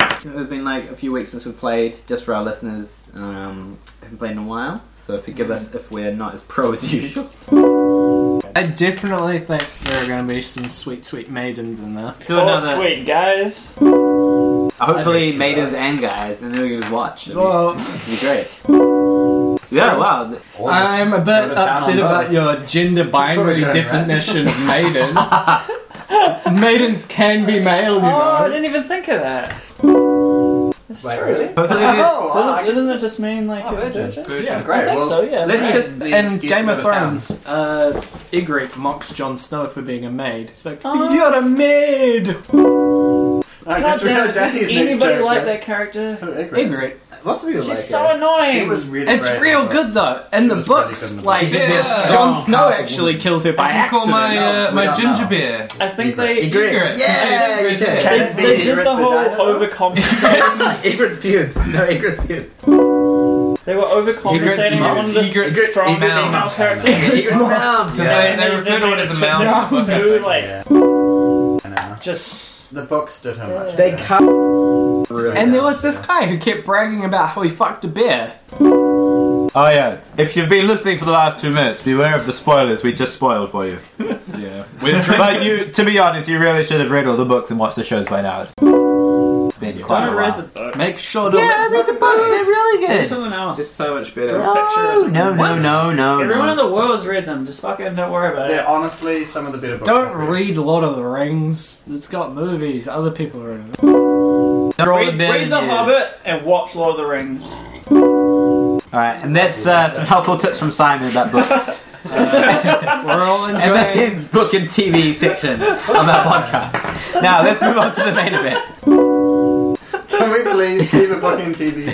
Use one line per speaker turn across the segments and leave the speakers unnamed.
It has been like a few weeks since we've played, just for our listeners, um, haven't played in a while, so forgive us if we're not as pro as usual.
I definitely think there are going to be some sweet, sweet maidens in there.
Do
Oh,
another,
sweet guys.
hopefully
I'd be
maidens
scared.
and guys, and then we can just watch. It'd be,
Well,
it'd be great. Yeah, wow. th-
I'm a
Go
bit
to town
upset
on
about
both.
your gender binary
That's what we're doing, right?
definition of maiden. Maidens can be male, you
Oh, I
know.
didn't even think of that. That's
Wait,
true.
really?
Hopefully there's-
Oh,
Doesn't,
I-
doesn't it just mean like a
Oh, virgin.
virgin?
Yeah,
great.
I
great.
think
well,
so, yeah.
Let's just
In Game of Thrones, uh, Ygritte mocks Jon Snow for being a maid. It's like,
Oh.
you're a maid!
I
God
guess we
damn
know
it, did
Danny's next
anybody
joke.
like
yeah.
that character?
Ygritte.
Lots of people
She's
like
so
her.
annoying.
She was really
It's
great,
real
but-
good though. In the
It was really
books,
good in the
like
book.
Yeah.
Jon
Strong,
Snow
powerful
actually
woman.
kills her by
I can call
accident.
my
No,
uh,
Oh,
we
my
don't
ginger
know.
beer.
I think
Egret.
they,
Egret.
Yeah,
Egret.
yeah.
Can
they,
it be
they did
Egret's
the whole
vagina, though?
overcompensation.
Egret's pubes. No, Egret's pubes.
they were overcompensating. They
mouth.
wanted the
Egret's
strong
mouth.
female character.
Yeah, Egret's mouth.
Because
Yeah.
they, they refer to it as a
Yeah.
mouth.
Yeah.
Okay.
Who, like,
Yeah. I know.
just
The books did her much.
They
better.
cut.
And there was this guy who kept bragging about how he fucked a bear.
Oh yeah. If you've been listening for the last two minutes, beware of the spoilers we just spoiled for you.
Yeah.
but you, to be honest, you really should have read all the books and watched the shows by now. It's been quite
don't
a
read
while.
the books.
Make sure to.
Yeah, read the books. They're really
Do
good.
something else.
It's so much
Draw
better.
a picture or
No,
something.
no, no, no, no.
Everyone
no.
in the world's read them. Just fucking don't worry about
They're
it.
honestly some of the better books.
Don't
I've read.
read Lord of the Rings. It's got movies. Other people are in it.
They're all
Read,
better than
read The
you.
Hobbit and watch Lord of the Rings.
All right, and that's uh, some helpful tips from Simon about books.
We're all
and that's
enjoying.
his book and TV section of our podcast. Now let's move on to the main event.
Can we please leave a fucking TV?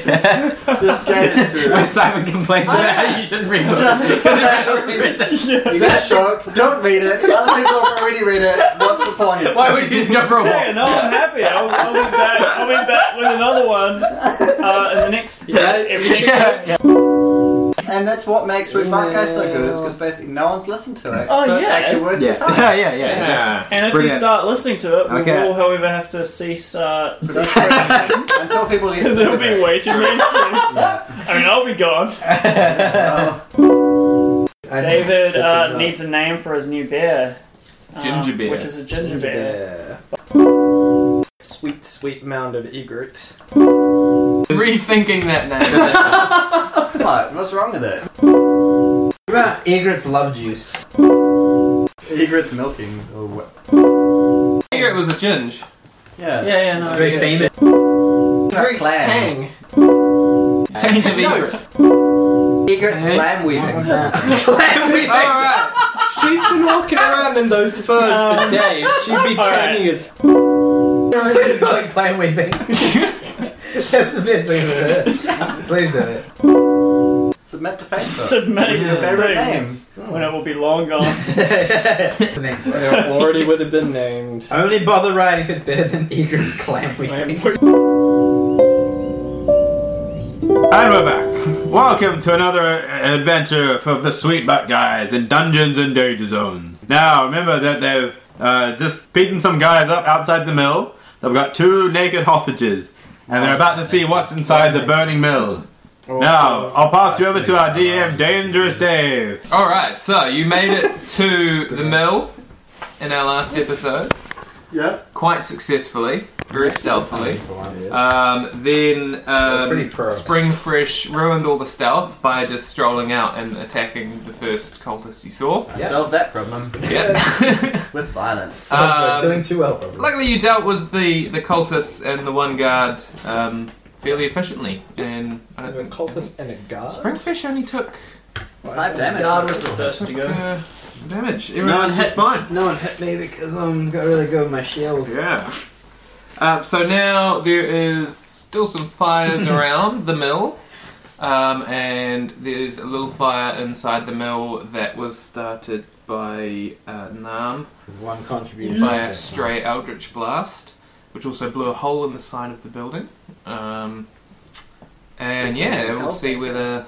Just get
Just
into
where
it.
Simon complains about how you shouldn't read books.
Just you got shocked. Don't read it. Other people have already read it. What's the point?
Why would you just go for a
Yeah,
walk?
no, I'm happy. I'll, I'll be back. I'll be back with another one uh, in the next. Yeah, everything.
And that's what makes Red Bark Guy so good, is because basically no one's listened to it.
Oh,
so it's
yeah.
actually worth your
Yeah,
time.
yeah, yeah. yeah.
And if
Brilliant.
you start listening to it, we
Okay.
will, however, have to cease uh, because
Until people get sick
it'll
of
be
it.
way too mainstream.
Yeah.
I mean, I'll be gone.
Oh,
David uh, needs a name for his new beer. um,
Ginger beer.
Which is a ginger, beer.
Sweet, sweet mound of Egret.
Rethinking that name.
what? What's wrong with it?
What about Egret's love juice?
Egret's milkings or what?
I think it was a ginge.
Yeah.
Yeah, yeah, no.
Very
yeah.
famous.
Egret's
Clam.
Tang.
Change of
No.
Egret.
Egret's
Hey.
clam weaving.
Oh,
Alright.
She's been walking around in those furs for days. She'd be
All right.
turning as.
It's like clam weeping. That's the best thing I've heard. Please do it.
Submit to Facebook.
Submitting
Your favorite
the
name.
things when it will be long gone.
already would have been named.
I only bother writing if it's better than Egret's clam weeping.
And we're back. Welcome to another uh, adventure of the Sweetback guys in Dungeons and Danger Zone. Now, remember that they've uh, just beaten some guys up outside the mill. They've got two naked hostages, and they're about to see what's inside the burning mill. Now, I'll pass you over to our DM, Dangerous Dave.
Alright, so you made it to the mill in our last episode.
Yeah.
Quite successfully, very stealthily. Um, then um, Spring Fresh ruined all the stealth by just strolling out and attacking the first cultist he saw.
I solved that problem
Yeah.
with violence.
Um,
too well, probably.
Luckily, you dealt with the, the cultists and the one guard um, fairly efficiently, and I don't think
and a guard.
Springfish only took
Five damage.
God was the first to go.
uh, damage.
No,
Everyone
and
hit mine.
No one hit me because I'm got really good with my shield.
Yeah. Uh, so now there is still some fires around the mill, um, and there's a little fire inside the mill that was started by uh, Nam
There's one contribution.
by a stray eldritch blast, which also blew a hole in the side of the building. Um, and yeah, we'll see whether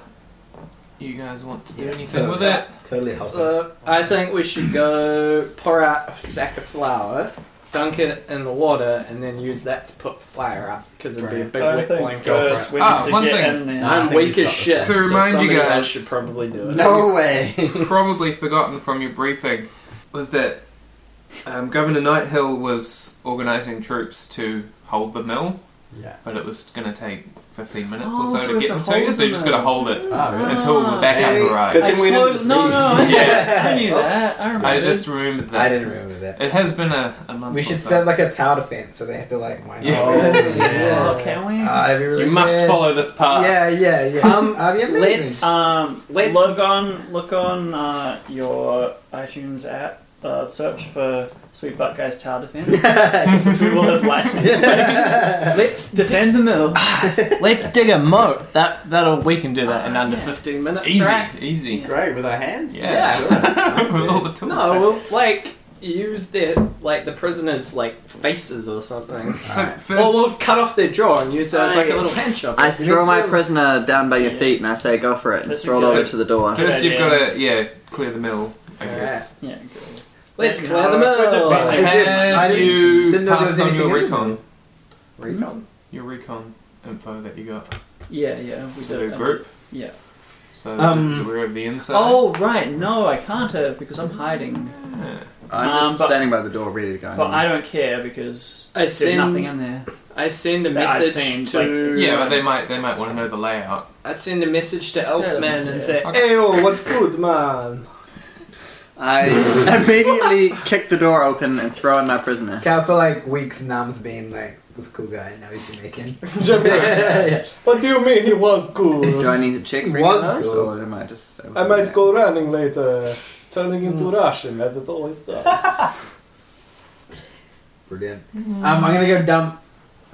you guys want to do anything with it.
Totally helpful.
So I think we should go pour out a sack of flour dunk it in the water, and then use that to put fire up because it'd be a big
I
wet
think
blanket.
Gus, we need
Ah,
to
one
get
thing.
in there.
I'm
I think
weak
he's
as
got
shit.
this. To remind you
so somebody
guys-
else should probably do it.
No way.
probably forgotten from your briefing was that um, Governor Nighthill was organising troops to hold the mill,
yeah.
but it was going to take 15 minutes
Oh,
or so,
so
to
we
get
have
them
to
to you,
hold
so you just
them.
got to hold it
Ah,
Oh, really?
until the backup
Okay.
arrives.
Good
I
thing we didn't
suppose-
just
no,
leave.
no, I knew
Yeah.
that. I knew that. I remember.
I just remembered that.
I didn't remember that.
It has been a, a month
We
or
should
so.
set like a tower defense so they have to like mine.
Yeah.
Oh,
Yeah.
Oh, can we?
Uh,
Ah, that'd be really
You must
good.
follow this path.
Yeah, yeah, yeah.
Um,
Ah, that'd be amazing.
let's-
Um,
Let's-
look on look on uh, your iTunes app. Uh, search for Sweet Butt Guys Tower Defense. we will have license.
Let's
Defend the mill.
let's dig a moat. That that'll we can do that in under 15 minutes.
Easy,
right?
easy.
Great with our hands.
Yeah. With all the tools.
No, we'll like use their like the prisoners' like faces or something.
So first,
Or we'll cut off their jaw and use that as like a little hand shop.
I throw my prisoner down by your feet and I say, go for it, and
That's
stroll
a good-
over to the door.
first you've
idea.
got to yeah clear the mill. I guess.
Yeah,
Let's clear them out.
Is this- I
Have
didn't-
you
didn't know there
passed
was
on
anything
your
in
recon?
it. Recon.
Your recon info that you got.
yeah, yeah. We
To
did
the
it.
group.
Yeah.
So
Um,
it's aware of the inside.
Oh right, no, I can't have because I'm hiding.
Yeah.
I'm
Um,
just
but-
standing by the door ready to go.
But I don't care because
I
there's nothing
send
in there.
I send a
that I've
message
seen,
to
like,
yeah, but they might they might want to know the layout.
I send a message to
Just gotta
Elfman
send
and
it.
say,
Okay.
"Hey, yo, what's good, man?"
I immediately kick the door open and throw in my prisoner.
Cal for like weeks, Nam's been like this cool guy. Now he's Jamaican.
Jamaican. What do you mean he was
Do
good?
I need to check for any
Was
of those,
good.
or am I just?
I might go running later, turning into Russian as it always does.
Brilliant. Um, I'm gonna go dump.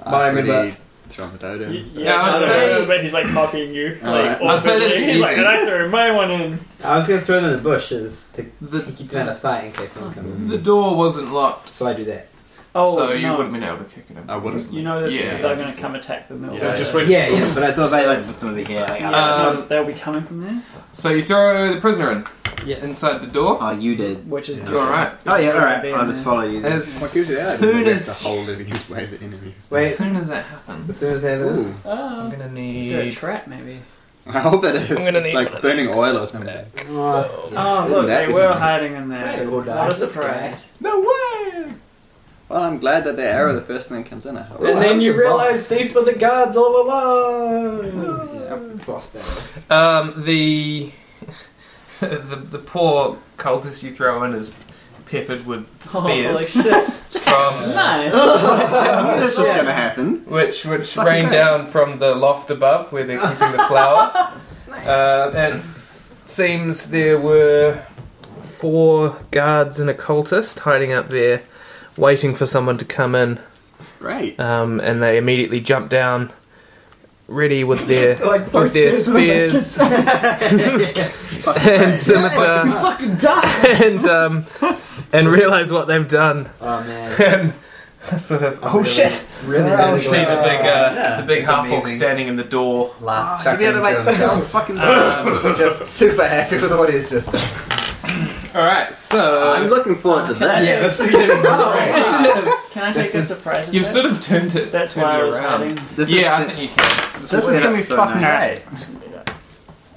I'm
my remember.
pretty traumatized.
Y- Yeah,
Yeah, I'd
I don't
say-
know, but he's like copying you.
All
Like,
right.
I'd say that
awkwardly.
it'd be
he's like,
easy.
and I threw my one in.
I was gonna throw them in the bushes to
The
keep them out of sight in case someone comes.
the door wasn't locked,
So I do that.
Oh,
so you
no.
wouldn't been able to kick it. in.
I wouldn't.
You know that
Yeah.
they're going to come attack the mill.
So
right?
just
Yeah, yeah.
But I thought they like just over here. Like,
Yeah,
Um,
no, they'll be coming from there.
So you throw the prisoner in
Yes.
inside the door.
Uh,
oh, you did.
Which is good.
All right.
Oh yeah, all right.
Being
I'll just
there.
follow you. Then.
As
What gives you that?
soon
The
as
whole living his ways at enemies.
as
Wait.
soon as that
As
happens,
soon as I have a
Ooh,
I'm
Oh,
gonna
is there a
need.
trap maybe?
I hope it is.
I'm gonna
It's
need one
like
of
burning
these
oil or
guys
something.
Oh,
Oh, look,
That
they
is
were
amazing.
hiding in there.
Very
What a
nice.
surprise.
No way.
Well, I'm glad that the arrow, the first thing that comes in, I hope.
And then you
the
realize
box.
these were the guards all along.
boss battle.
Um, the, the the poor cultist you throw in is peppered with
Holy
spears
shit.
from
nice.
That's just gonna happen.
which which rain down from the loft above where they're keeping the flour. Uh, and seems there were four guards and a cultist hiding up there, waiting for someone to come in.
Great.
Um, and they immediately jump down, ready with their
Like
with their
those spears
spears uh, and scimitar
Fucking die!
and um, and realize what they've done
Oh man. Oh,
and sort of
I'm really- Really, really,
And see the big
glad.
uh, the big
it's
half orc
amazing.
standing in the door.
Ah,
Laugh.
Chuck in just-
fucking.
just super happy with what he's just done.
All right, so
I'm looking forward
Uh,
to
Can I
that.
Yeah, that's Oh,
Can I take a surprise?
you've
attack?
sort of turned it.
That's
turned
why
it
I was
around.
hiding.
This
yeah, I
is,
think you can.
this is gonna be fucking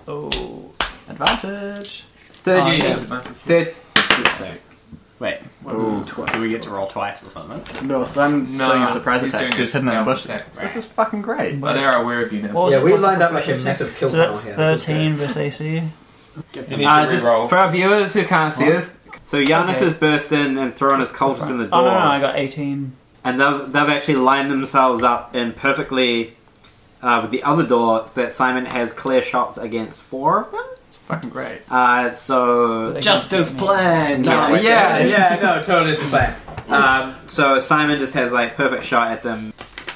Oh, advantage.
Third,
Oh,
yeah.
yeah.
third.
Wait,
Ooh,
do we get to roll twice or something?
No, so I'm
No,
doing a surprise
he's
attack
doing
just
a
hidden in the
stealth
bushes.
attack.
This is fucking great.
But they are aware of you now.
What was
Yeah,
it?
we
What's the
lined up like a
proficiency?
massive kill
So that's
funnel here. This is
13 versus AC.
You need
Uh,
to
just
re-roll.
for our viewers who can't see us, so Giannis has burst in and thrown his cultures in the door,
Oh no, no, I got 18.
and they've, they've actually lined themselves up in perfectly uh, with the other door so that Simon has clear shots against four of them.
It's fucking great.
Uh, so
Just as planned.
yeah,
Nice.
yeah, yeah, no, totally is the plan. Um, so Simon just has like perfect shot at them.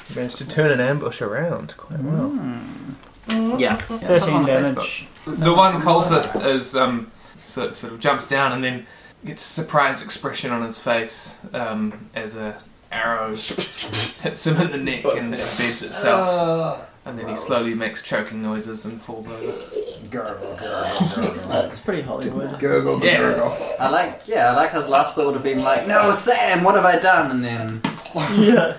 You managed to turn an ambush around quite well.
Yeah,
13
on
damage.
The one cultist is um, sort, sort of jumps down and then gets a surprised expression on his face um, as a arrow hits him in the neck and it embeds itself. And then he slowly makes choking noises and falls over.
gurgle, gurgle, gurgle.
It's pretty Hollywood.
Gurgle,
Yeah.
gurgle.
I like, yeah, I like his last thought of being like, no, Sam, what have I done? And then,
yeah.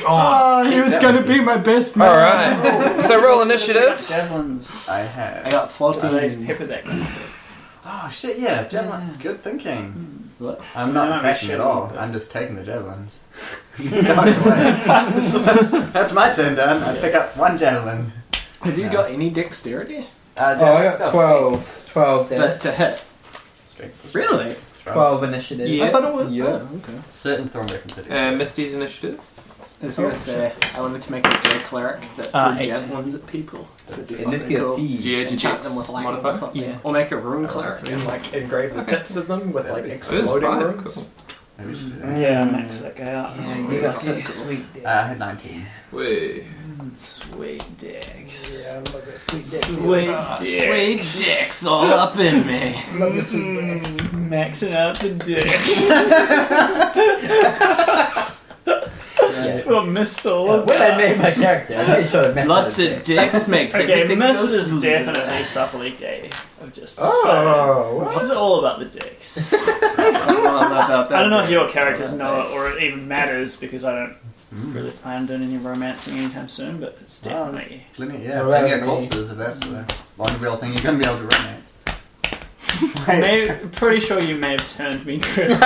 God.
Ah, he was gonna be my best man.
All right. So roll initiative.
Javelins.
I
I have.
got
Do they
fourteen.
pepper that?
Oh shit, yeah, javelin. Good thinking.
What?
I'm
No,
not
I'm
attacking at
shitting,
all.
but-
I'm just taking the javelins. That's my turn done. I pick up one javelin.
Have you got any dexterity?
Uh,
Oh, I
javelin's
got 12. 12 there.
But to hit.
Strength. Strength.
Really?
Throw.
12 initiative.
I thought it was.
Yeah.
oh, okay.
Certain thrown weapons. it is.
Uh, Misty's initiative.
I was gonna say I wanted to make an air cleric that
Uh,
threw
eight.
javelins at people. So it'd be fucking cool.
Initiative.
GH
enchant them with lightning or
modifier.
something.
Yeah.
Or make a rune cleric and like engrave the tips of them with like
That'd be-
exploding
fine,
runes.
cool.
Maybe we should do that.
Yeah, max that guy out.
Yeah, you got some sweet dicks.
Uh, I had 19.
Wait.
Sweet dicks.
Yeah, I love that sweet dicks.
Sweet
Sweet dicks all up in me.
I love the sweet dicks.
Maxing out the dicks. That's what Miss Solar.
When I made my character, I made sure to match
Lots
that
of dicks makes
Okay,
everything go
Miss is
smooth.
definitely subtly gay. I've just decided.
Oh, what?
She's all about the dicks.
I don't know about that
I don't know if
dick.
your characters know it or it even matters because I don't
Mm,
really plan on doing any romancing anytime soon, but it's
Well,
definitely.
Plenty, yeah,
Alright,
plenty of
me.
corpses if that's the one real thing you're going to be able to romance.
May, pretty sure you may have turned me, Chris.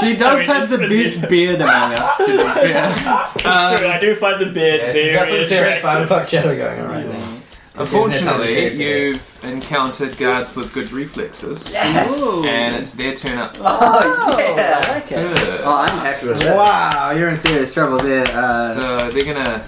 She does
I mean,
have the
it's-
best beard among us, to be fair.
That's true, I do find the beard
Yeah, she's got
very
some serious
attractive.
fun fuck shadow going on right now.
Unfortunately, you've encountered guards with good reflexes,
Yes!
and it's their turn up.
Oh, yeah!
Okay.
Oh,
first.
I'm happy with that.
Wow, you're in serious trouble there. Uh,
So they're gonna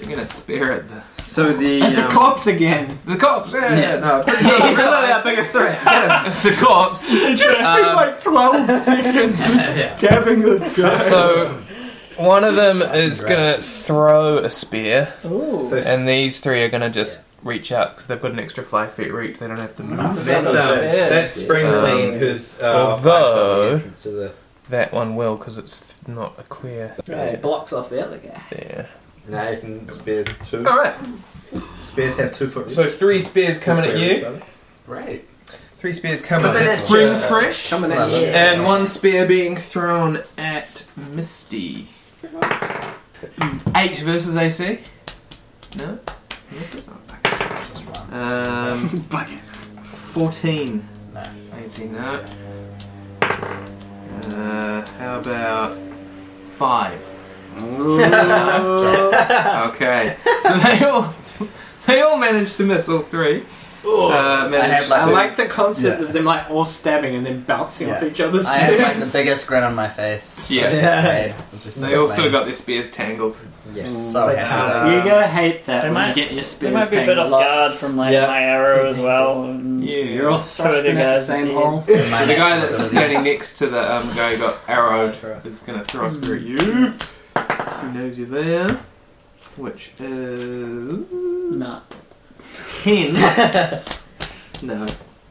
they're gonna spare at the
So the
And the
um,
cops again.
the cops. Yeah,
yeah, no, pretty
Yeah,
sure
he's really our
biggest threat.
it's the cops. Um,
like 12 seconds just stabbing this guy.
So one of them is gonna throw a spear,
Ooh.
So
and these three are gonna just reach out because they've got an extra five feet reach. They don't have to move.
that's, um, that's Spring
Um,
Clean, who's uh,
although-
fights on the entrance to the-
That one will because it's not a clear.
blocks off the other guy.
There.
Nah, you can spears two.
All right.
Spears have two foot.
So three spears coming at you.
Great.
Three spears coming
Coming
at
at
Spring
you.
Fresh.
Coming
at you.
And one spear being thrown at Misty. Eight versus AC. No? This is
Just one.
Um, 14
No.
AC, no. Uh, how about five? okay, so they all they all managed to miss all three. Uh,
I have
managed
like,
Oh, Um, I
the-
like the concept
Yeah.
of them like all stabbing and then bouncing off
Yeah.
each other's
I have like the
spears.
biggest grin on my face.
yeah.
Hey, it's just
They also
lame.
got their spears tangled.
Yes.
So happy.
You're gonna hate that
They
when
might-
you get your
They
spears
might be a bit
tangled
off
up.
guard from like
Yeah.
my arrow as well. And
Yeah.
You're all
Two other
thrusting at the
guys
same
indeed.
hole.
So the guy that's standing next to the um, guy who got arrowed is going to throw a
Hmm.
spear at you. So he knows you're there. Which is.
Nah.
10. no.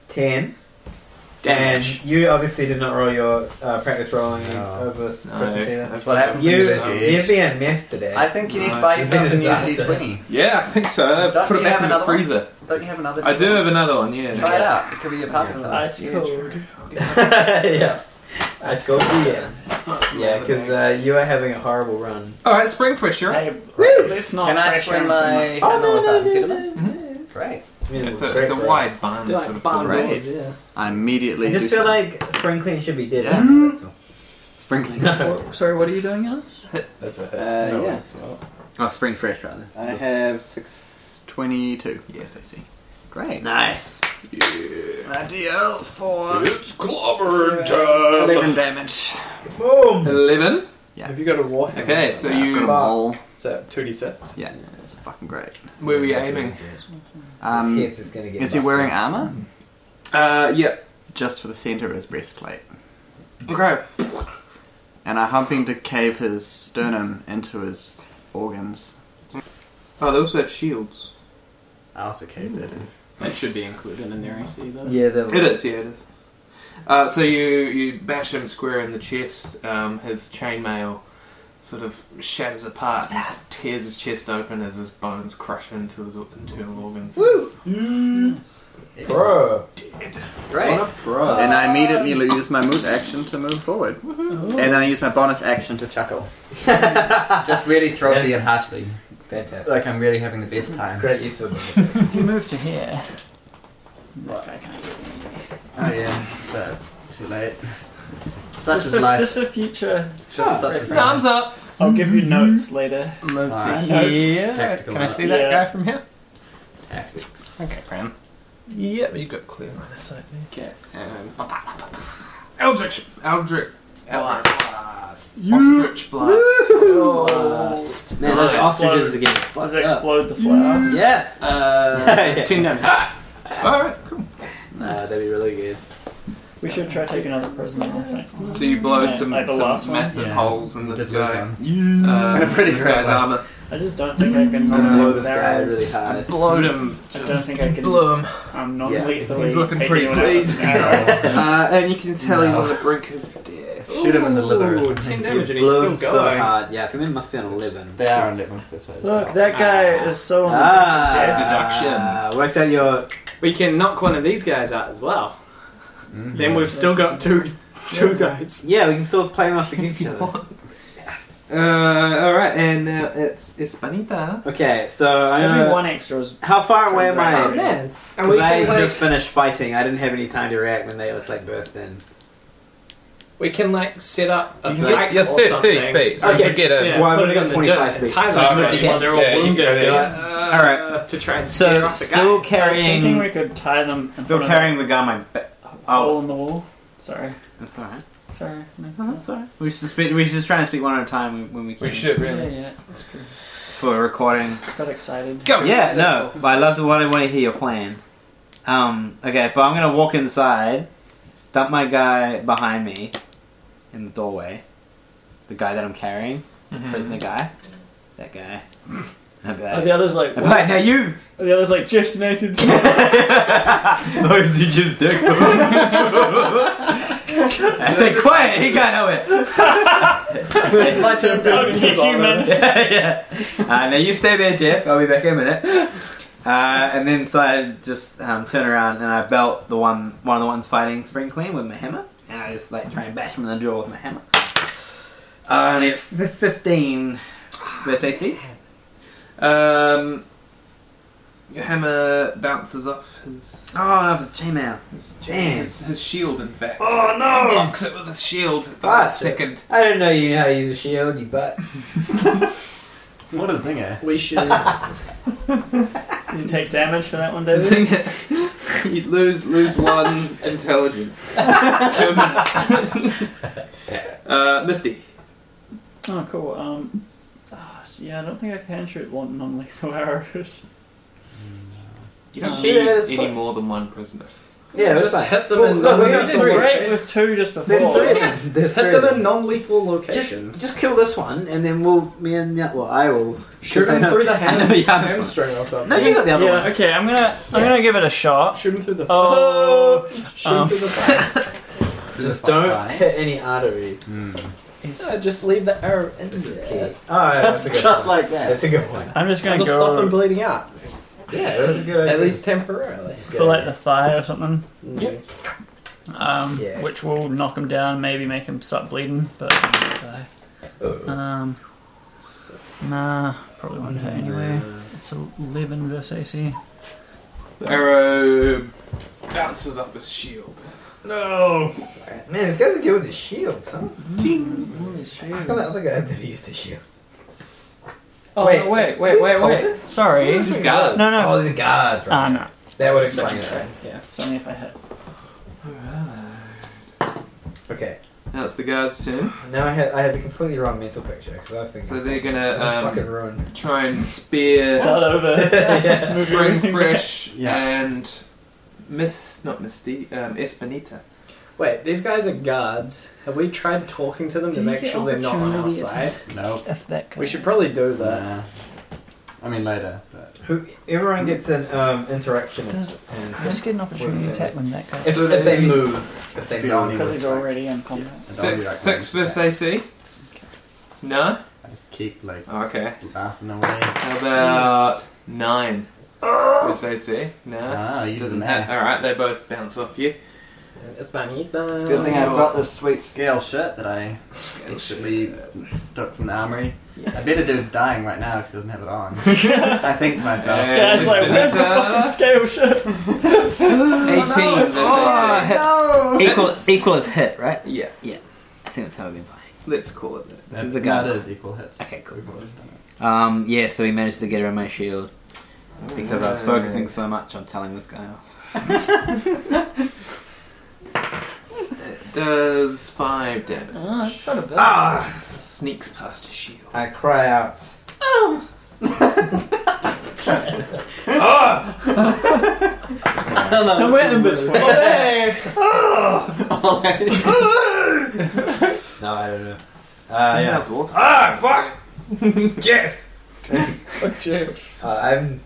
Ten.
Damage.
And you obviously did not roll your uh, practice rolling
No.
over s-
No.
Christmas either.
That's what happens when you
You,
lose your
you've
edge.
been a mess today.
I think you need to
No,
buy
it's been
yourself
a
a new
disaster.
D20.
Yeah, I think so. I
Don't you
put it back
have
in the
another one?
freezer.
Don't you have another
I do
D20?
have another one,
Try it
yeah.
out. It could be your partner.
Ice cold.
yeah. I told you, yeah. Yeah, because uh, you are having a horrible run.
Alright, spring fresh, you're right.
Hey,
Woo!
let's not
Can I
pressure
swim uh,
him too much.
my
Oh, no,
handle
no,
without
no,
impediment?
no, no.
Mm-hmm.
Great.
It's a, it's a wide barn
They're like
that's sort of
barn
built around.
doors, yeah.
I immediately
I just feel like spring clean should be dead.
Yeah.
now, that's all.
spring clean.
What- sorry, what are you doing now?
That's a hit.
Uh,
No,
yeah.
it's not.
Oh, spring fresh rather.
I have six twenty-two.
Yes, I see.
Great.
Nice.
I deal for
It's clobbering
eleven damage.
Boom!
11.
Have you got a war?
Okay, so
I've got
you.
a ball.
Is that 2d6?
Yeah, it's fucking great.
Where were you aiming?
Um,
His head's just gonna get
is he
busted.
wearing armor?
Uh, yeah.
Just for the center of his breastplate.
Okay.
And I'm hoping to cave his sternum into his organs.
Oh, they also have shields.
I also cave that in.
That should be included in their AC though.
Yeah, that
It is, yeah, it is. Uh, so you, you bash him square in the chest. Um, his chainmail sort of shatters apart and tears his chest open as his bones crush into his internal organs.
Bro.
Great.
And I immediately use my move action to move forward. And then I use my bonus action to chuckle.
Just really throw me in harshly.
Fantastic.
Like I'm really having the best time.
Great use of them.
If you move to here, right, I can't get anywhere.
Oh yeah. So too late. Such
Just
is
for,
life.
just for future,
Just such is life.
Thumbs up!
I'll give you notes later.
Move to
Alright.
here.
Tactical
Can I
mouse.
see that
Yeah.
guy from here?
Tactics.
Okay, Graham.
Yep, you've got clear line of sight there.
Okay.
And. Eldritch! Eldritch!
Blast.
Ostrich blast!
Blast.
Man, those
Nice.
ostriches again.
Does
Fucked
it
up.
explode the flower?
Yes.
Yeah.
Ten damage.
Alright, cool.
Ah,
Nah, that'd be really good.
We should try take another prisoner. I think.
So you blow
Yeah,
some,
like the last
some
one?
massive
Yeah.
holes in this
Just lose
guy.
one.
Uh,
Pretty
this
great
guy's
one.
armor.
I just don't think I can.
I'm gonna blow this guy
barrels.
really hard.
Blowed him.
I don't think I can.
Blew him.
I'm not lethally.
He's looking pretty pleased. Uh, and you can tell he's on the brink of death.
Shoot him in the liver. or
Ooh,
something.
10 damage and he's
Blown
still
so
going.
hard.
Yeah, I think it must be an eleven.
They are on different this way.
Look, that guy is so on the brink of death.
Ah, worked out your.
We can knock one of these guys out as well.
Mm-hmm.
Then we've still got two two guys.
Yeah, we can still play them off against each other.
uh, alright, and
uh,
now it's it's Espanita.
Okay, so I'm
Only
gonna.
one extra is.
How far away am
Oh,
I?
man.
And
'Cause
we
I
can, like,
just finished fighting. I didn't have any time to react when they just like burst in.
We can like set up a
you can
bike
get your
or
thir-
something.
30 feet, so
Okay,
you can get
yeah.
a.
Well, I've
put
only
it in
got
the
25
dirt
feet.
and tie
So
them
I'm
to
gonna
it
get-
while they're all
yeah, you
wounded.
go there.
Yeah.
Alright.
To try and scare
So
off the
still
guys.
I was thinking
carrying,
we could tie them. In
still
front of
carrying the guy. My back.
a hole in the wall. Sorry,
That's alright.
sorry. No.
Uh-huh.
No, that's alright. We should speak, we should just try and speak one at a time when we can.
We should
Yeah,
really.
yeah, that's true.
for recording.
Just got excited.
Go!
Yeah, no, but I love the one. I want to hear your plan. Um, okay, but I'm gonna walk inside, dump my guy behind me in the doorway, the guy that I'm carrying,
Mm-hmm.
prisoner
Mm-hmm.
guy, that guy.
Uh,
And be
Are
like,
Oh, the others like?
"All right, now you.
Are the others like Jeff's naked?
Those you just dick. I said, quiet. He can't know it.
It's my turn.
Oh, did you manage-
yeah. Uh, now you stay there, Jeff. I'll be back in a minute. Uh, and then so I just um, turn around and I belt the one one of the ones fighting Spring Clean with my hammer, and I just like try and bash him in the jaw with my hammer. Uh, and it f- fifteen versus AC.
Um, your hammer bounces off his
Oh, no, it's chainmail.
his,
Damn.
his, his shield, in fact.
Oh no!
Blocks it with his shield. for
Ah,
a
shit.
second.
I don't know you know how to use a shield, you butt.
What a zinger.
We should.
Did you take damage for that one, David?
Zing it. you lose lose one intelligence. uh, Misty.
Oh, cool. Um, ah, yeah, I don't think I can shoot one non-lethal arrows. Um,
You
don't
need any
more than one prisoner.
Yeah, that's
Just
fine.
hit them
Well,
in
look,
the-
we're
You
gonna
did
do it.
great with two just before.
There's three of them. There's three
Hit
of
them in
them.
non-lethal
Just,
locations.
just kill this one, and then we'll me and yeah, well, I will.
shoot
I
them
know-
through the
I know
ham-
the other one.
hamstring or something.
No, you got the other
yeah.
one.
Okay, I'm gonna I'm gonna give it a shot.
Shoot them through the.
Oh.
Shoot 'em
Um.
through the. thigh.
Just don't hit any arteries.
Hmm.
Uh, just leave the arrow in there.
Okay. Oh, yeah, that's a good
Just
one.
like that.
That's a good one.
I'm just gonna
It'll stop them
go
bleeding out.
Yeah, that's a good.
At
idea.
least temporarily.
Good
for like
idea.
the thigh or something,
Yep.
um,
Yeah.
which will knock him down, maybe make him stop bleeding, but uh, um, nah, probably won't hit anyway. It's 11 versus AC.
The arrow bounces off his shield.
No.
Man, this guy's good with his shields, huh?
Mm.
How come
Oh
that other guy didn't use the shield?
wait, no, Oh, wait, wait,
These
wait, wait.
cultists?
Sorry.
These are
guards.
No, no.
Oh, these are guards,
Ah,
right?
no.
that would explain
That's
it.
right. Yeah. It's only if I hit.
Okay,
Now it's the guard's turn.
now I have I have a completely wrong mental picture because I was thinking.
So
this
they're
is
gonna
fucking ruined.
um, try and spear
Start over.
yeah.
Spring Fresh
Yeah.
and Miss, not Misty, um, Espanita.
Wait, these guys are guards. Have we tried talking to them
Do
to
you
make
get
sure they're not on our
opportunity
side?
Nope.
if that could.
We should probably do that.
Nah. I mean later. But.
Who, everyone gets an um, interaction.
Does-
and
I just get an opportunity
Where's
attack when that guy.
if,
So
if they
they-
move, if they
Beyond
move,
Because he's already in combat.
I don't
Six,
recommend
six
that.
versus AC. No. Oh,
I I just keep like
Oh,
Okay.
laughing away.
How about nine? Is AC? No.
Ah, you do the
Doesn't have.
math.
Alright, they both bounce off you.
It's bonita.
It's a good thing I've got this sweet scale shit that I actually took from the armory. I bet a dude's dying right now because he doesn't have it on. I think to myself.
Yeah.
Guys, like, where's the
Elizabeth.
fucking scale shit?
18 is
Oh,
AC.
hits. Equal, equal is hit, right?
Yeah.
I think that's how we've been playing.
Let's call it that.
This is the
That-
guy.
That is equal hits.
Okay, cool.
We've always done it.
Um, yeah, so he managed to get around my shield because I was focusing so much on telling this guy off.
Does five damage.
Oh, that's not a bit.
Sneaks past a shield.
I cry out.
Ah!
Somewhere in between.
Ah!
No, I don't know. yeah.
Uh,
Ah, fuck! Jeff!
Uh, I'm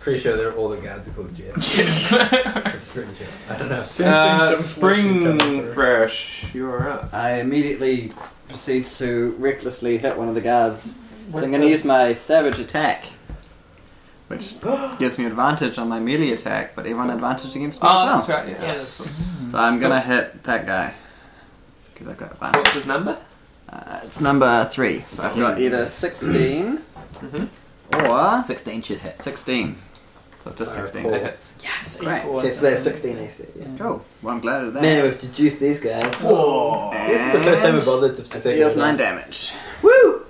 pretty sure they're all the guys are called Jeff. pretty sure. I don't know.
Uh,
Sensing some
spring
bullshit coming through.
fresh. You're up.
I immediately proceed to recklessly hit one of the guards. So I'm going to use my savage attack.
Which gives me advantage on my melee attack, but everyone advantage against me
Oh,
as
that's
well.
right. Yeah.
Yes.
So I'm gonna hit that guy. Because I've got advantage.
What's his number?
Uh, it's number three, so I've
I've got
got
either 16
Mhm.
or
16 should hit.
16. So just
Or
16.
four.
It hits.
Great.
Okay, so they're 16 AC. Yeah.
Cool. Oh, Well, I'm glad of that.
Man, we've deduced these guys.
Whoa.
This is the first time we bothered to, to
It
figure
deals
it
nine
out.
damage.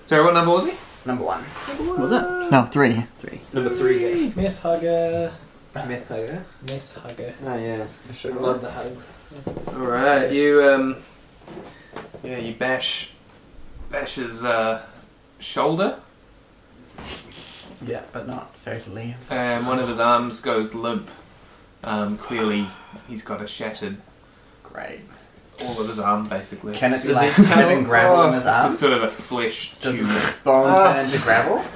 Sorry, what number was he?
Number one.
Was
Was it? No, three. Three.
Number three,
Mess hugger.
yeah. Myth hugger.
Mess hugger.
eh? Oh, yeah. I love the hugs.
All right, you um, yeah, you bash, bash his uh, shoulder,
Yeah, but not fatally.
and one of his arms goes limp. Um, clearly, he's got a shattered
Great.
all of his arm, basically.
Can it be
Does
like
it tell-
having gravel in his
It's
arm?
just sort of a flesh
Does
tube.
his bone
Oh.
turn into gravel?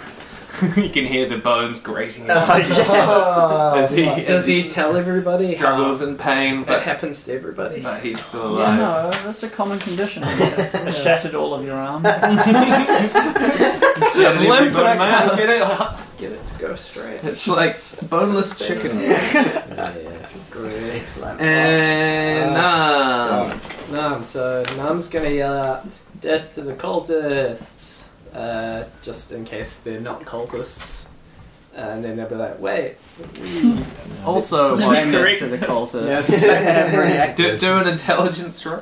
you can hear the bones grating
Oh,
as he as
Does he
s-
tell everybody
struggles
how
in pain,
it
but,
happens to everybody?
but he's still
Yeah,
alive.
no, that's a common condition. It shattered all of your arm.
It's limp, but I can't get it.
Get it to go straight.
It's like boneless chicken.
Oh.
Great.
Excellent.
And
uh,
um,
Nam, so Nam's gonna yell out, Death to the cultists! Uh, just in case they're not cultists. and then they'll be like, Wait, we also.
It's
want
correct.
to the cultists.
do, do an intelligence roll.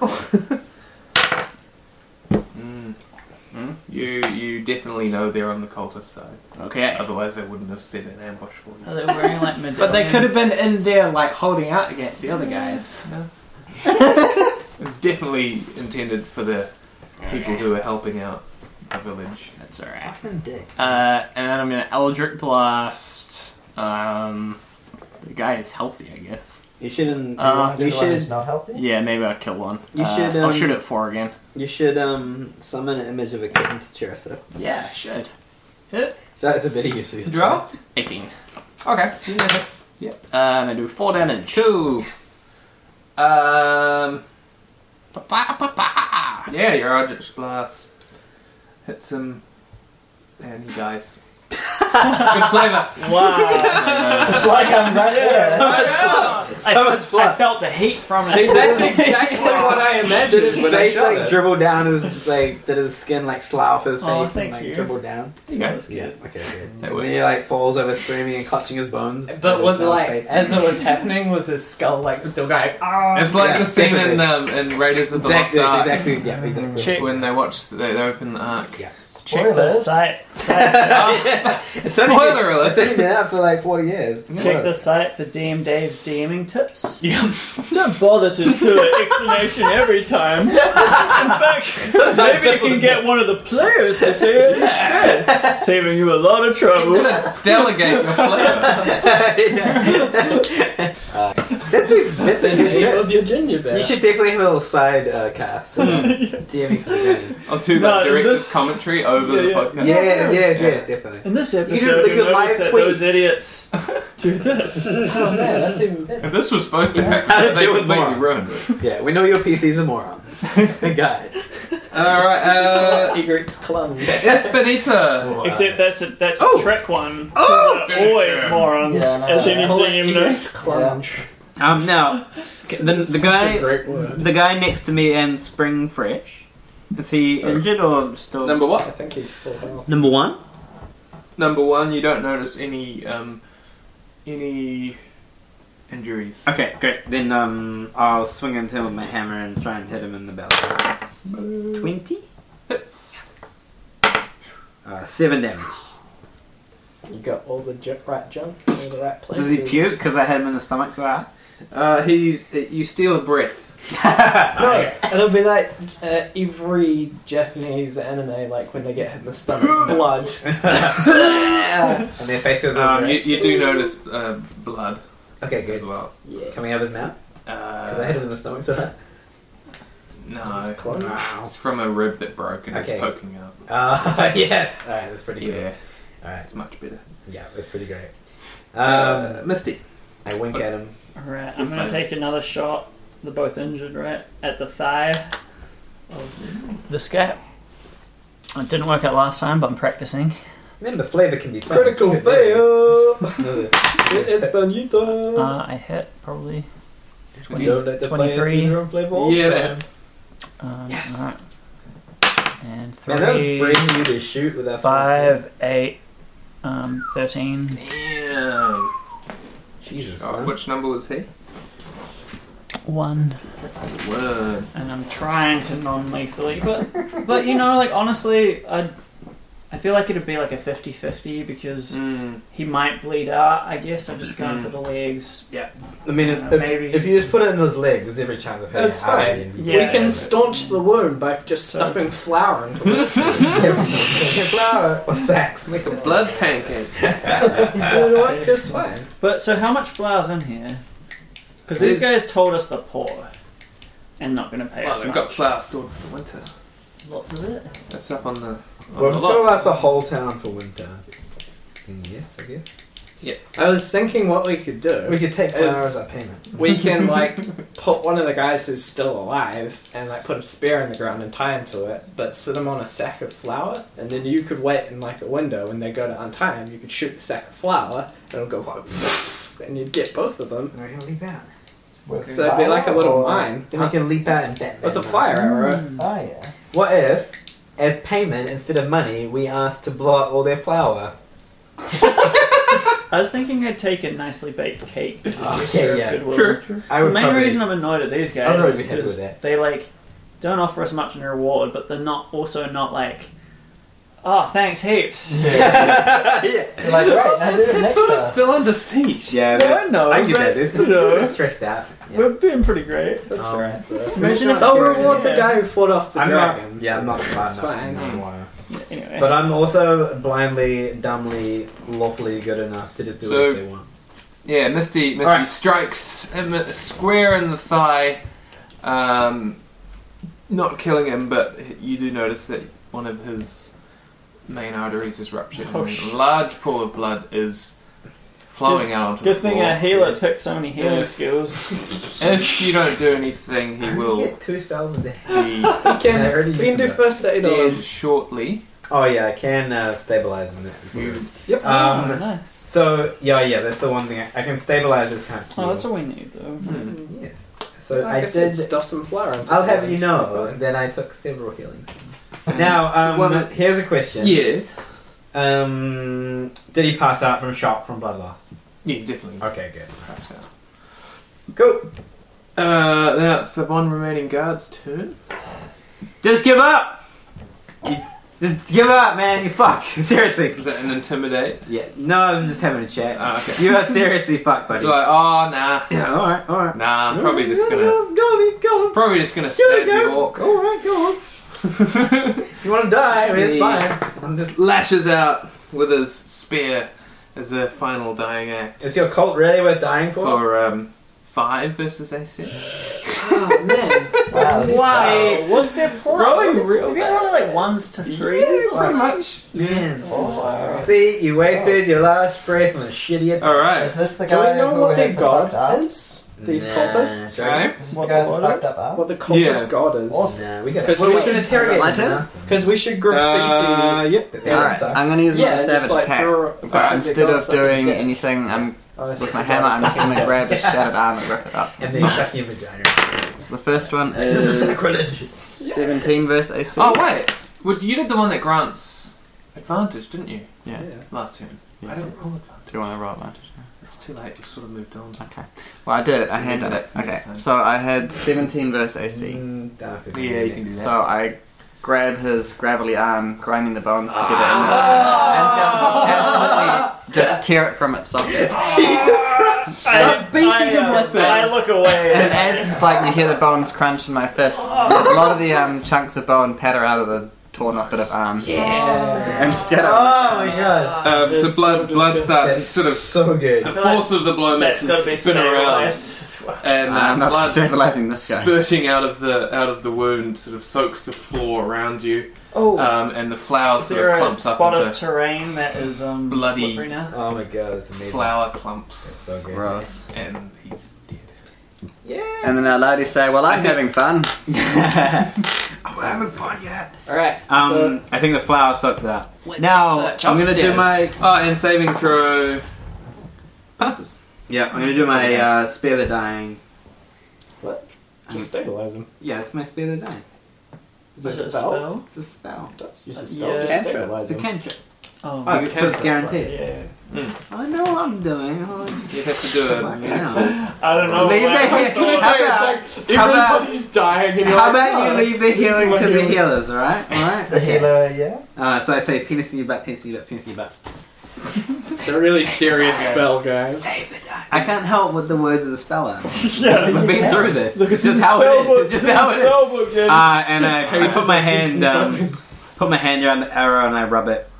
Mm. You you definitely know they're on the cultist side.
Okay.
Otherwise, they wouldn't have set an ambush for you.
Are they wearing like medallions?
But they could have been in there, like, holding out against the other guys.
It's definitely intended for the people who are helping out the village.
That's alright.
Fucking dick.
Uh, and then I'm gonna Eldritch Blast. Um, the guy is healthy, I guess.
You shouldn't.
Uh,
you
It's
should.
not healthy.
Yeah, maybe I'll kill one.
You
Uh,
should,
I'll
um,
shoot at four again.
You should um summon an image of a kitten to cheer us up.
Yeah, I should.
That's a bit of use of your time.
Draw?
18.
Okay. Yeah, that's-
Uh, and I do four damage.
Two. Um. Yeah, your Eldritch Blast hits him and he dies. Good flavour.
Wow.
It's like I'm right there.
so much blood. I felt the heat from it.
See, that's exactly what
I
Did his face like dribble down? His, like did his skin like slough his face
Oh,
and
thank
like
you.
dribble down?
Yeah.
Okay. Good.
That
And
works.
then he like falls over screaming and clutching his bones.
But
with
what, like, as it was happening, was his skull, like, still going, ah!
It's like
Yeah,
the scene in,
definitely.
um, in Raiders of the
exactly,
Lost Ark
exactly, yeah, exactly.
Check,
when they watch they, they open the ark.
Yeah.
check the
Spoilers.
site. site
It's only, been-
Spoiler
it's only
alert!
been out for like four years.
check the site for DM Dave's DMing tips. Yeah. Don't bother to do an explanation every time. In fact, maybe you can get one of the players to say it instead, saving you a lot of trouble.
Delegate your flavour.
That's a that's a good tip.
of your ginger beer.
You should definitely have a little side uh, cast.
Hmm.
Hmm.
DMing for the games.
I'll do
No,
the director's
this-
commentary over
Yeah, yeah.
the
Yeah,
podcast.
yeah, yeah, definitely.
In this
You can
episode,
make
we
a live
noticed that
tweet.
those idiots do this.
Oh man, that's even better.
If this was supposed to
How to
happen, they
deal with
completely
more.
ruined it.
Yeah, we know your PC's a moron. Guy.
Alright, uh.
Egret's clung.
Espinita!
Except that's a, that's
Oh.
a trick one.
Oh,
They're always
furniture.
morons,
Yeah, no,
as
no,
any
no.
DM knows.
Egret's clung.
Um, now, c- the, the
Such a
guy,
great word.
the guy next to me and Spring Fresh, is he
Oh.
injured or still
Number
I
what?
think he's full health.
number one?
Number one, you don't notice any, um. any. injuries.
Okay, great. Then um, I'll swing into him with my hammer and try and hit him in the belly. Twenty.
Hits.
Uh, seven damage.
You got all the ju- right junk in all the right places.
Does he puke? Because I had him in the stomach, so I.
Uh, he's. you steal a breath.
No, it'll be like uh, every Japanese anime, like when they get hit in the stomach, blood. yeah.
And their face goes
Um,
over.
you, you do notice, uh, blood
Okay,
as
good.
well.
Coming out of his mouth? Because I hit him
Uh.
in the stomach, so that.
No.
It's close.
Wow.
It's from a rib that broke and
Okay.
it's poking out.
Uh, yes. All right, that's pretty good.
Yeah,
All right,
it's much better.
yeah, that's pretty great.
Uh,
Um,
Misty.
I wink at him.
Alright, I'm gonna take another shot. They're both injured, right? At the thigh of this guy. It didn't work out last time, but I'm practicing.
Remember, flavor can be fun.
Critical
Good
fail.
idea.
It- it's Bonito.
Uh, I hit probably.
You don't let the players do
23.
their own flavor all the
Yeah,
time.
that's-
Um,
Yes.
alright. And three,
Man, that was brave of you to shoot with that.
five, eight, um, thirteen.
Damn.
Jesus.
Oh,
son.
which number was he?
One.
Word.
and I'm trying to non-lethally, but but you know, like honestly, I I feel like it'd be like a 50-50 because
Mm.
he might bleed out. I guess I'm just going for the legs.
I mean,
Uh, maybe.
if, if you just put it in his leg, there's every chance of hurting.
That's fine.
Yeah.
We can staunch the wound by just stuffing flour into it.
flour or sacks.
Like a blood pancake.
you know what? Just fine.
But so how much flour's in here? Because these guys told us the poor and not going to pay
Well,
us
they've
much.
got flour stored for the winter.
Lots of it.
That's up on the. On
Well, it's
the
gonna
lot.
last the whole town for winter. Mm, Yes, I guess.
I was thinking what we could
We
do.
could take flour
It's-
as our payment.
We can like put one of the guys who's still alive and like put a spear in the ground and tie him to it, but sit him on a sack of flour, and then you could wait in like a window when they go to untie him. You could shoot the sack of flour, and it'll go, and you'd get both of them.
And we can leap out.
So it'd be like a little mine
Then we can leap out and Batman.
with a fire arrow.
Oh yeah. What if, as payment instead of money, we asked to blow up all their flour?
I was thinking I'd take a nicely baked cake. as a
Oh,
gesture
yeah,
of
yeah.
goodwill.
Sure.
I
The main
probably-
reason I'm annoyed at these
I'd probably
guys
be
is
happy with
because
that.
they like don't offer us much in reward, but they're not also not like, oh, thanks heaps.
You're like, right, now do it
It's
next
sort of
time.
still under siege.
Yeah.
No, I know.
I get
but,
that, it's-
you
We're
know,
stressed out. Yeah.
We're being pretty great.
That's
Um,
right.
Imagine if
They'll
they were-
reward the
yeah.
guy who fought off the
I'm not-
dragon.
yeah, I'm not
It's fine.
fine.
Anyway,
But I'm also blindly, dumbly, lawfully good enough to just do
So-
what they want.
Yeah, Misty. Misty
Alright.
strikes him a- square in the thigh, um, not killing him, but you do notice that one of his main arteries is ruptured.
Oh,
and
shit.
a large pool of blood is flowing out onto
good
the
thing
floor.
a healer picked so many healing
Yeah.
skills.
If you don't do anything, he
I
will
get two spells a day.
be
We
I
can,
already
we can
used
do
that.
first aid on him.
dead shortly.
Oh yeah, I can uh, stabilize and this is weird.
You,
Yep.
oh,
Um,
nice.
so yeah, yeah, that's the one thing I, I can stabilize. Just kind of.
Oh, that's all we need though.
Yes. So
Like
I,
said,
did.
stuff some flour into
I'll
the
have
wound.
you know
Fine.
that I took several healings. Now, um,
One-
here's a question.
yes.
Um, did he pass out from shock from blood loss?
Yeah, he's definitely.
Okay, good.
cracked out.
Cool.
Uh, that's the one remaining guard's turn.
Just give up. You- Just give up, man. You fucked. Seriously.
Is that an intimidate?
Yeah. No, I'm just having a chat.
Ah, okay.
You are seriously fucked,
He's
buddy.
like, oh nah,
Yeah. All right. All right.
nah. I'm probably just gonna,
Go on, go on.
probably just gonna
Go,
stab the
go.
orc.
All right, go on. If you want to die, I mean, it's
Yeah.
fine. I'm just.
Just lashes out with his spear as a final dying act
Is your cult really worth dying for?
for um, five versus AC.
Oh man!
Wow.
Wow, what's their plan?
Growing real
We got one of like ones to threes. or something.
much.
Man.
wow.
See, you wasted your last breath on a shitty attack.
All right.
this the
Do we know
who
what
has
their
the fucked
god
eyes?
is? These
Nah.
cultists?
Dragon-
Right?
What,
Guy
what?
fucked up art?
What the cultist
Yeah.
god is.
Awesome. Nah, we gotta.
Because
Well,
we
we
should
should interrogate
My
them
turn?
and ask them.
Because we should graffiti.
Uh, yep.
They don't
Alright,
suck.
I'm gonna use
yeah,
my
just
savage
like
attack.
draw a
But
picture
instead
god
of
something.
doing
Yeah.
anything, I'm
Oh, that's
with
just
my
a
hammer.
god
I'm just gonna
something.
grab shattered arm and rip it up.
And they suck your vagina.
So the first one
This is
is
sacrilege.
17 verse AC.
Oh wait, well, you did the one that grants advantage, didn't you?
Yeah.
Yeah.
Last turn.
Yeah.
I
Do
don't roll advantage.
you want to roll advantage?
It's too late. We've sort of moved on.
Okay. Well, I did it. I had
do
it.
that next
Okay.
time.
So I had 17 verse AC.
Mm, don't know if it's
Yeah, you can do
So I grab his gravelly arm, grinding the bones together,
Ah.
and, just, absolutely just tear it from its socket.
Stop
beating him with this.
I look away.
And as like you hear the bones crunch in my fist, a lot of the um, chunks of bone patter out of the torn off bit of arm.
Yeah.
I'm scared.
Oh my god.
Um, so
It's
blood,
so
blood starts to
That's
sort of
so good.
the force of the blow makes
That's
it
gotta be
spin around,
stabilized. Well,
and
I'm
uh,
not
blood
stabilizing this guy.
spurting out of the out of the wound sort of soaks the floor around you,
Oh,
um, and the flour
Is
sort
there
of
a
clumps up
spot of
into
terrain that is um,
Bloody-
slippery now?
Oh my god, that's amazing.
flour
That's
clumps,
so good.
Gross.
and he's dead.
And then I loudly say, "Well, I'm having fun."
Oh, I haven't fun yet.
alright.
Um,
so,
I think the flower sucked it up.
let's uh,
now,
search
I'm gonna do
upstairs.
my-
Oh, and saving throw passes.
Yeah, I'm gonna do my uh, spare the dying. Um,
Just stabilize him.
Yeah, it's my spare the dying.
Is it a
Is it a
spell?
spell?
It's a spell.
That's use a
Uh,
spell.
yeah.
Just
Cantrip.
It's
stabilize
a
him.
cantrip.
Oh,
Oh, so it's guaranteed.
yeah.
I know what I'm doing. I
You have to do it.
know.
I don't know.
Leave
why
the
I
hair-
thought-
How about-
it's like
how about-
everybody's dying and you're
How
like,
about
"Oh."
you leave the healing to the healers, alright? Alright?
The healer, yeah.
Uh, so I say penis in your butt, penis in your butt, penis in your butt.
It's a really serious spell, guys.
I can't help what the words of the spell are.
yeah,
We've been through this.
Look,
It's
it's
just
in
how
the
it
spellbook.
is. It's just how it is.
Spellbook, yeah.
Uh, and I, I
pages
put my
of
hand,
these
um,
numbers.
put my hand around the arrow and I rub it,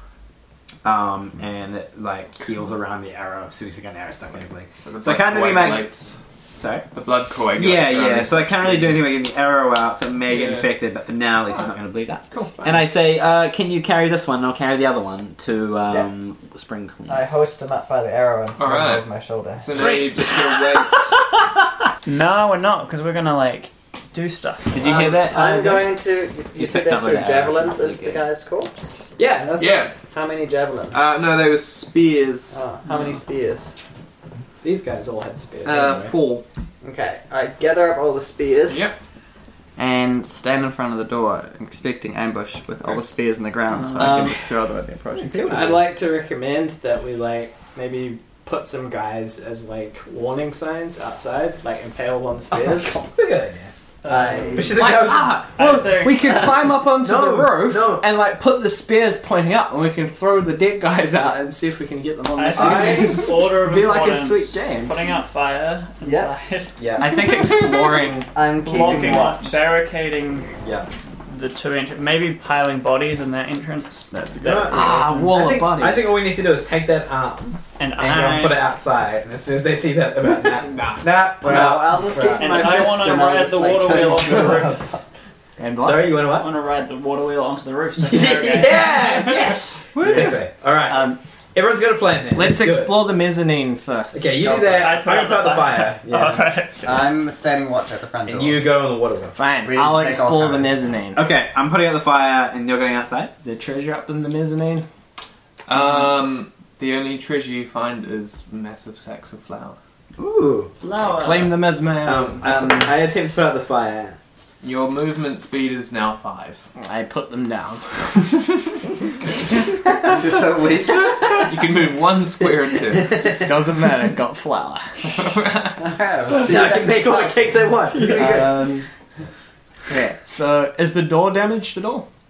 um, and it like heals around the arrow. So he's got an arrow stuck in it. like- So I can't really make-
Coagulates.
Sorry.
the blood coagulates.
Yeah,
around
yeah.
it.
So I can't really do anything by getting the arrow out, so it may get
Yeah.
infected. But for now, at least I'm not going to bleed out.
Cool.
And I say, uh, can you carry this one? I'll carry the other one to um, Spring Clean.
I hoist him up by the arrow and slung him
Alright.
over my shoulder.
So now you just gotta wait.
No, we're not, because we're gonna like do stuff.
Did you hear that?
Um, I'm
Uh,
going to. You
You
said
picked
that's
up on
through
that.
javelins
That's
into the
really
guy's corpse.
Yeah, that's
yeah.
How many javelins?
Uh, no, they were spears.
Oh, how
Mm.
many spears?
These guys all had spears.
Uh,
anyway.
four.
Okay, I gather up all the spears.
Yep.
and stand in front of the door, expecting ambush with all the spears in the ground, so I
Um,
can just throw them at the approaching.
I'd like to recommend that we like maybe put some guys as like warning signs outside, like impaled on the stairs.
It's a good idea.
I,
We should go.
Well, Uh, think...
we could climb up onto
No,
the roof
no.
and like put the spears pointing up, and we can throw the dead guys out and see if we can get them on
I
the
think
stairs.
order of
Be like a
importance,
sweet game.
Putting out fire
Yeah.
inside.
Yeah.
I think exploring.
I'm
Locking
keeping
up,
watch.
barricading
Yeah.
the two entrances. Maybe piling bodies in that entrance.
That's a
No,
good.
Ah,
I
wall
think,
of bodies.
I think all we need to do is take that arm
And
and go and put it
I.
outside. And as soon as they see that, about that, nah, nah,
No,
we're out.
I'll just keep
Right.
And
my
I
fist
wanna
and I'll
ride
just,
the
like,
water
turn
wheel
it
off the
around.
roof.
And what?
Sorry, you want
I
what?
want to ride the water wheel onto the roof. So
yeah, yeah. Anyway, all right.
Um,
Everyone's got a plan then.
Uh, Let's
do it.
explore the mezzanine first.
Okay, you
Go
do
for it.
I
that.
put
I'm
out
gonna put out the fire. Yeah.
Alright.
I'm standing watch at the front door.
And you go on the water wheel.
Fine,
We
I'll
take
explore
off
the
ours.
mezzanine.
Okay, I'm putting out the fire, and you're going outside.
Is there treasure up in the mezzanine?
Um, the only treasure you find is massive sacks of flour.
Ooh.
Flower.
Claim them as my own.
Um, um, I attempt to put out the fire.
Your movement speed is now five.
I put them down.
just so weak.
You can move one square in two.
Doesn't matter, got flour.
Alright, we'll see
Now I
if
can make all the cakes I want.
Um, yeah, so is the door damaged at all?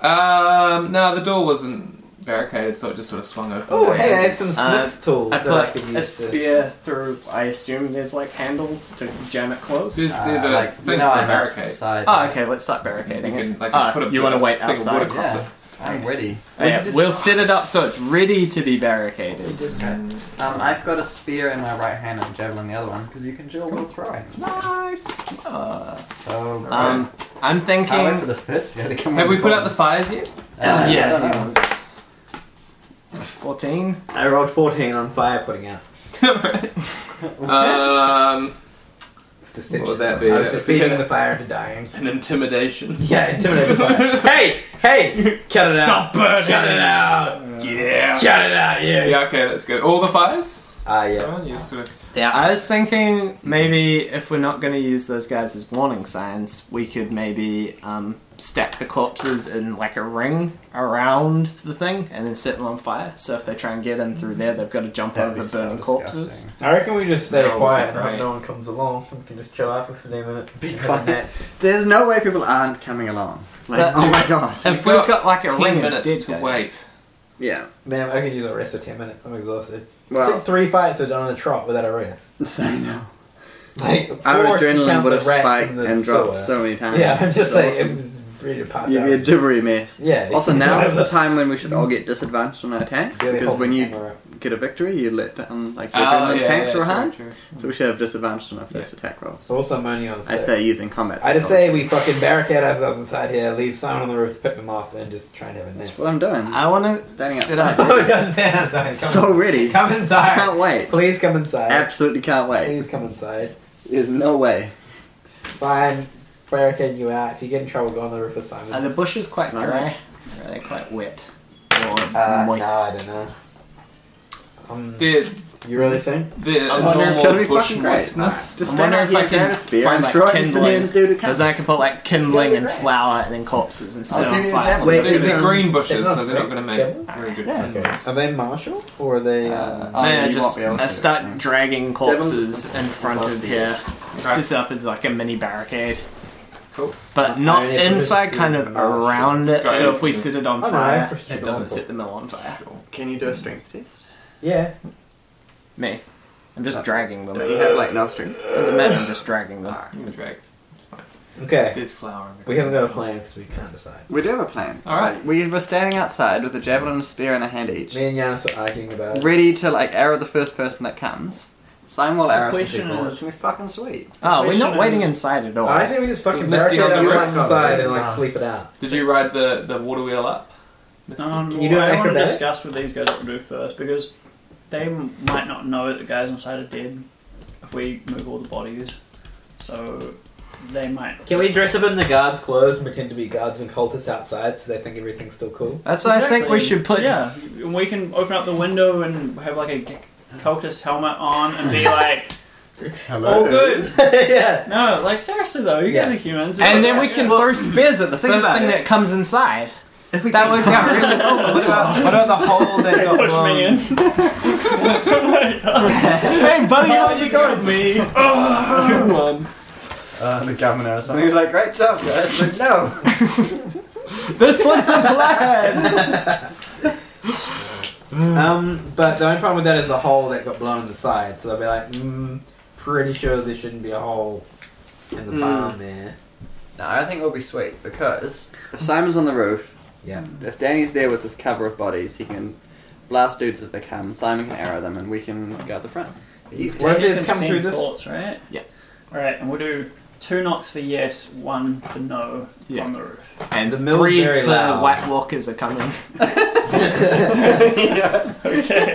Um, no, the door wasn't barricaded, so it just sort of swung open.
Oh, hey, I have some
Uh,
Smith's tools
I
that I
put
could
a
use. to-
spear through.
I assume there's like handles to jam it close.
There's,
Uh,
there's a
like,
thing
you know
for a
I'm
barricade.
outside.
Oh, okay, let's start
You
barricading it.
can like
Ah,
put a
you wanna wait
thing of
outside?
Water across
Yeah, I'm ready.
Oh, yeah, We'll set it up so it's ready to be barricaded.
it. Mm,
Um, I've got a spear in my right hand and a javelin in the other one because you can dual wield throwing.
Nice.
Uh,
So
um, I'm thinking.
I went for the fist. You had to come
Have
on
we put
bottom.
out the fires yet?
Uh, I don't know.
yeah. 14?
I rolled 14 on fire putting out.
um,
Deception.
What would that
I
be?
was
That would
deceiving
be-
the fire into dying.
An intimidation.
Yeah, intimidate the fire. hey! Hey! Cut it out.
Stop burning
Cut it out.
Yeah.
Cut it out, yeah.
Yeah, okay, that's good. All the fires?
Ah, yeah.
Oh, you sort of-
Yeah, I was thinking maybe if we're not going to use those guys as warning signs, we could maybe um, stack the corpses in like a ring around the thing and then set them on fire. So if they try and get in through there, they've got to jump
That'd
over
be
burning
so
corpses.
disgusting.
I reckon we just stay
Smells
quiet and
great.
hope no one comes along. We can just chill out for 15 minutes.
Be
Have a
quiet.
nap.
There's no way people aren't coming along. Like,
But-
oh my god.
If we've got, like a ring
Ten
of dead
minutes to
guys.
wait.
Yeah.
Man, I could use a rest for 10 minutes. I'm exhausted. I think
Well,
three fights are done on the trot without a rest.
I know.
Like,
Our
four if you
adrenaline
count
would
the
have
rats
spiked and,
the
dropped
sewer.
so many times.
Yeah, I'm just
It's
saying,
awesome.
it was really a pass
You'd
out.
be a gibbery mess.
yeah.
Also, now is the
Whatever.
time when we should all get disadvantaged on our attacks
Yeah, they
because
hold
when
the
you
camera up.
get a victory, you let down like your
Oh,
adrenaline
yeah,
tanks
yeah,
were
true,
high,
true.
so we should have disadvantaged on our first attack rolls.
So also, I'm only on
I
six.
say using combat.
I just say
psychology.
we fucking barricade ourselves inside here, leave Simon on the roof to pick them off, and just try and have a nap.
That's what I'm doing. I'm
I want to
Standing
set up.
outside.
Oh, come inside, Simon, come
so
inside.
ready.
Come
I
inside.
can't wait.
Please come inside.
Absolutely can't wait.
Please come inside.
There's no way.
Fine. Barricade you out. If you get in trouble, go on the roof with Simon.
Are the bushes quite
Right.
dry? Or are they quite wet? Or
Uh,
moist?
No, I don't know. Um,
The,
you really think?
the
I'm wondering if
normal
it's gonna be
bush
fucking great.
moistness.
Just
I'm
stand
wondering
out
if
here,
I can
grab a spear
find,
and
like,
throw it into the
kindling.
next dude who
Because
comes.
then I can put like kindling and
great.
flour and then corpses and set
I'll give
on
you a
fire.
javelin.
They're,
Wait,
they're
um,
green bushes,
they're
so they're not
not
going to
straight.
make very good.
Yeah,
kindling.
Are they Marshall or are they?
Uh,
Um,
oh,
Man, I
you won't
just
be able
I
to.
start dragging corpses in front
Let's
of
do
here.
this.
Right.
To set up as like a mini barricade.
Cool.
But not
Alright, if we
inside,
just
kind
do
of
the marshal.
around it.
Got
So
it.
if we set it on
Oh, no,
fire,
for
it
sure.
doesn't set the mill on fire.
Can you do a strength test?
yeah.
Me. I'm just
Okay.
dragging them.
You have like no strength.
Doesn't matter, I'm just dragging them.
Alright.
I'm gonna drag.
Okay.
There's flour. in there.
We haven't got a plan because we can't decide.
We do have a plan.
All right.
We were standing outside with a javelin and a spear in a hand each,
Me and Giannis were arguing about it.
ready to like arrow the first person that comes. Simon will arrow some
question
people.
is-
It's gonna be fucking sweet.
Oh, we're not
Question
waiting
is-
inside at all.
I think we just fucking
Misty
barricade
on the
ourselves
roof.
inside and like
Ah.
sleep it out.
Did you ride the, the water wheel up?
Um,
Can you do an
I want to
acrobatic?
discuss with these guys what to do first because they m- might not know that the guys inside are dead if we move all the bodies. So they might.
Can we dress up in the guards' clothes and pretend to be guards and cultists outside so they think everything's still cool?
That's why I think we
Exactly.
should put
Yeah, and we can open up the window and have like a cultist helmet on and be like,
uh,
all good.
yeah.
No, like seriously though, you guys
Yeah.
are humans.
And then
Yeah,
we can
yeah.
throw spears at the
Think
first
about
thing
it.
that comes inside.
If we
That
can-
worked out really
What about, what about the hole that
They
got
push
blown?
me in.
hey, buddy, how's it going?
me.
Good one.
Uh, the governor or something. He was like, "Great job, guys!" Like, no.
This was the plan.
Um, but the only problem with that is the hole that got blown in the side. So they'll be like, mm, pretty sure there shouldn't be a hole in the
Mm.
barn there.
No, I think it'll be sweet because if Simon's on the roof,
Yeah.
if Danny's there with his cover of bodies, he can blast dudes as they come. Simon can arrow them, and we can go out the front. Easy.
What if they just
Consent
come through this?
Thoughts, right?
Yeah.
All right, and we'll do two knocks for yes, one for no
Yeah.
on the roof.
And
The mill's
three
very
for
loud.
White Walkers are coming.
Okay.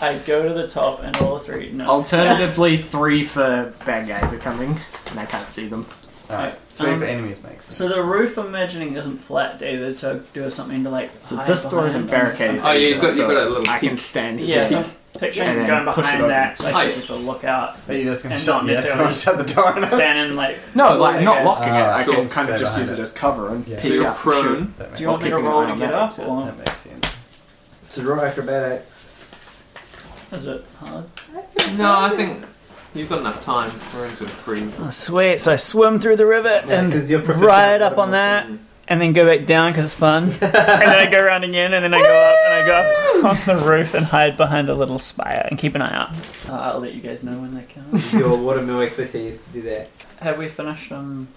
I go to the top and all three. No.
Alternatively, three for bad guys are coming, and I can't see them.
All right, three
Um,
for enemies makes sense.
So the roof, I'm imagining, isn't flat David. So do something to like.
So
hide
this door isn't
behind.
barricaded.
Oh, yeah, you've got- you've
so
got a little
I can stand
Yeah.
here.
So I'm picturing
And then
going
push it
behind
open.
that, so
Oh,
I
yeah.
can keep a lookout.
Are you just gonna
and
shut
not
me up?
necessarily-
shut the door and
Standing like.
No, like not locking it.
Ah,
I
sure.
can kind of
Stay
just
behind
use it
it.
as cover and
Yeah.
peek
So you're
out, shoot.
prone.
That makes,
Do you want me to
Keeping an
roll
eye
to
on
get
that
up,
exit.
or
that makes sense.
So raw acrobatics.
is it hard?
No, I think you've got enough time. We're in sort of free.
Oh, sweet. So I swim through the river and
you're proficient at
ride up on
animal
that,
things.
and then go back down because it's fun. and then I go around again, and then I go up, and I go up on the roof and hide behind a little spire and keep an eye out. Uh, I'll let you guys know when they come.
Your watermill expertise to do that.
Have we finished um,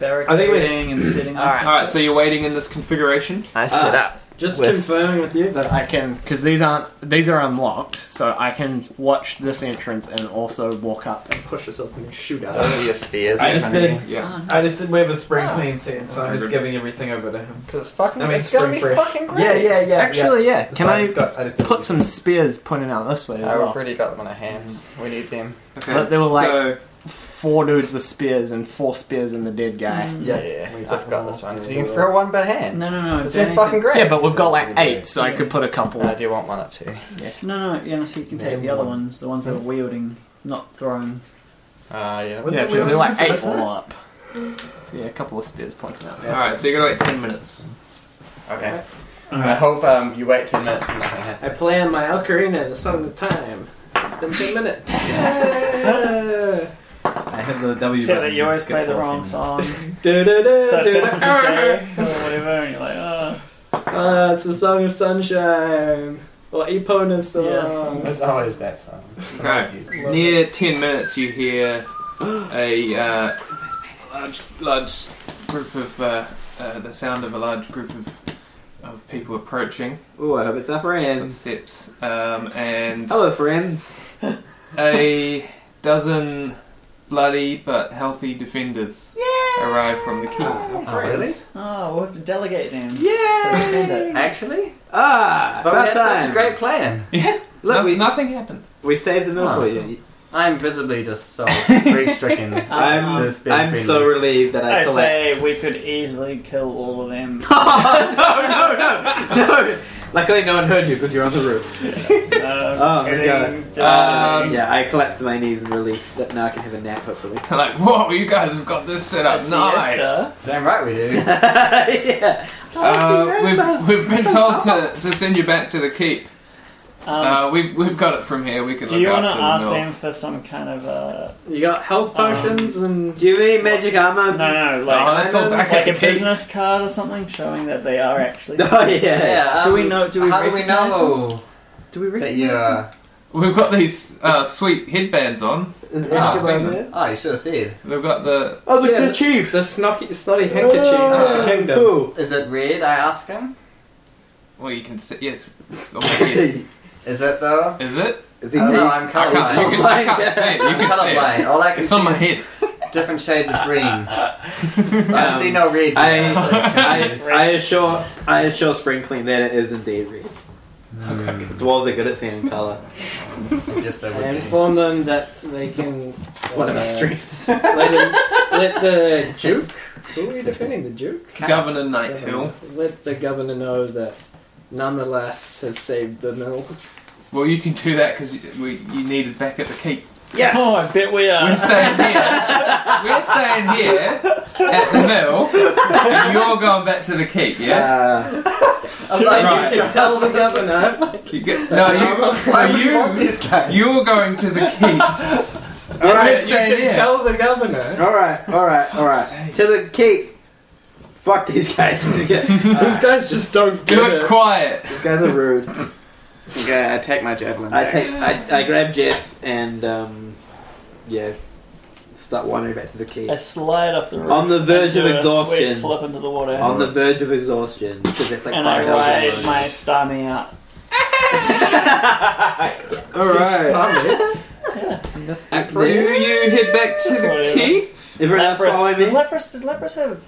we're-
barricading and setting up?
All right, so you're waiting in this configuration.
Ah.
I
set
up.
Just
With-
confirming with you that
I can, because these aren't these are unlocked, so I can watch this entrance and also walk up and push this open and shoot out.
Those are your spears.
I
in
just
front of
did-
you.
Yeah.
I just didn't have a spring clean scene, so I'm just
Hundred.
giving everything over to him.
'Cause it's fucking.
I mean,
it's gonna be
spring fresh.
fucking great.
Yeah, yeah, yeah.
Actually, yeah.
yeah.
Can
So I
I
just got, I just did
put some spears pointing out this way as
I've
well?
already got them on our hands. We need them.
Okay.
But they were like-
so
four dudes with spears and four spears in the dead guy.
Yeah,
We've
I've got this one. Because you can
got-
throw one per hand.
Mm. No, no, no.
It's
Danny
been fucking
Mm-hmm.
great.
Yeah, but we've got like eight, so I could put a couple.
I do want one up too.
can- No, no, yeah, no, so you can take the other ones, the ones that are wielding, not throwing.
Ah, yeah.
Yeah, because they're like eight all up. So yeah, a couple of spears pointing out there.
Alright, so you got like 10 minutes.
Okay. I hope um, you wait 10 minutes and nothing happens.
I play on my ocarina, the song of time. It's been ten minutes.
I hit the W.
Except
button
that you always
skip
play the
14.
wrong song.
Da, da,
so
da,
it
da,
turns into
da.
day or whatever, and you're like, oh.
Ah, it's the song of sunshine. Or Epona's song.
Yeah, song.
It's always that song. It's
Okay.
always used.
Near 10 minutes, you hear a uh, large, large group of uh, uh, the sound of a large group of, of people approaching
Oh, I hope it's our
with
friends.
steps, um, and
Hello, friends.
a dozen bloody but healthy defenders arrive from the keep.
Oh, really?
Oh, we'll have to delegate them.
Yeah.
Actually?
Ah,
But we
about
had such
time.
a great plan.
Look,
No-
we,
nothing happened.
we saved the mill
Oh.
for you.
I'm visibly just so grief stricken.
I'm,
Um,
This big
I'm
friend.
so relieved that I,
I say
collapsed.
we could easily kill all of them.
no, no, no, no. Luckily, no one heard you because you're on the roof.
No,
Oh,
I'm
we
just
got
kidding.
it.
Just
Um,
kidding.
Yeah, I collapsed to my knees in relief that now I can have a nap, hopefully.
They're like, whoa, you guys have got this set up.
A
Nice.
siesta.
Damn right we do.
yeah.
Uh, we've, we've been told to, to send you back to the keep.
Um,
Uh, we've, we've got it from here. We can
do you
look
want to
after the
ask
mill.
them for some kind of uh,
You got health potions and
Do you mean magic armor?
no, no, like
oh, that's all back
like
at
a
the keep.
business card or something showing that they are actually.
Oh, yeah.
Do we know- do we
um, How do we
recognize
know
Do we
that you? Uh,
We've got these uh, sweet headbands on.
Oh,
I've seen them.
oh, you should have said.
We've got the.
oh the,
Yeah,
the chief!
the snotty, snotty handkerchief of the kingdom.
Cool.
Is it red? I asked him.
Well, you can sit. Yes. it's on my head.
Is it though?
Is it?
Is he
I don't know.
pink?
I'm
I can't, you
colorblind.
can, I can't see it. You
I'm
can see
colorblind.
it.
All I can
It's
see
on my
is
head.
different shades of green. I see no red.
I,
here.
I, I assure, I assure Spring Clean that it is indeed red.
Hmm.
The Dwarves are good at seeing color.
I guess they would.
I
be.
inform them that they can.
One of
uh,
my strengths.
let, them- let the Duke. Who are you defending? The Duke?
Governor Night Hill.
Let the governor know that nonetheless has saved the mill.
Well, you can do that because you, we- you needed back at the keep.
Yes.
Oh, I bet we
We're
are.
staying here. We're staying here at the mill, and you're going back to the keep. Yeah.
Uh,
I'm like,
Right.
you can tell the governor.
You get, no, you.
Why
Are
would you want
you?
these guys?
You're going to the keep.
all right,
Yes.
You can
Yeah.
tell the governor.
all right, all right, all right.
sake.
To the keep. Fuck these guys.
These
These
guys just don't
Do
get
it
it.
quiet.
guys are rude.
Okay, I take my javelin.
I
back.
take, I, I grab Jeff and um, yeah, start wandering back to the keep.
I slide off the roof.
On the verge
and
of
do a
exhaustion.
sweet Flip into the water.
On the verge of exhaustion because it's like
and I
five hours.
ride my stomach out.
All right.
Tommy,
Do you head back to
Just
the
whatever.
keep?
Everyone else follow
Leprous. Does
me.
leprous, did leprous have...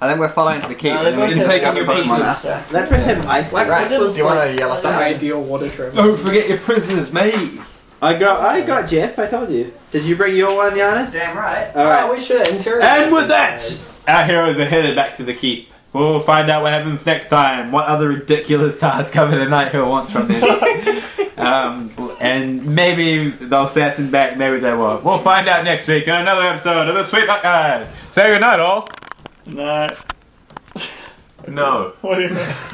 I think we're following to the keep.
No,
and then
leprous
we can
has
take
discuss
your
what
prisoners.
Monarch-
leprous. uh,
Leprous have ice.
like
Right.
this was
Do you want
like
to yell us
the
out?
ideal water trip.
Don't forget your prisoners, mate.
I got, I got Jeff. I told you. Did you bring your one, Giannis?
Damn right.
All
Oh,
right.
we should interrogate.
And with
these
that-
guys.
Our heroes are headed back to the keep. We'll find out what happens next time. What other ridiculous task Governor Night Hill wants from this. um, and maybe they'll assassin back, maybe they won't. We'll find out next week on another episode of The Sweet Buck Guy. Say goodnight, all.
No.
No.
What do you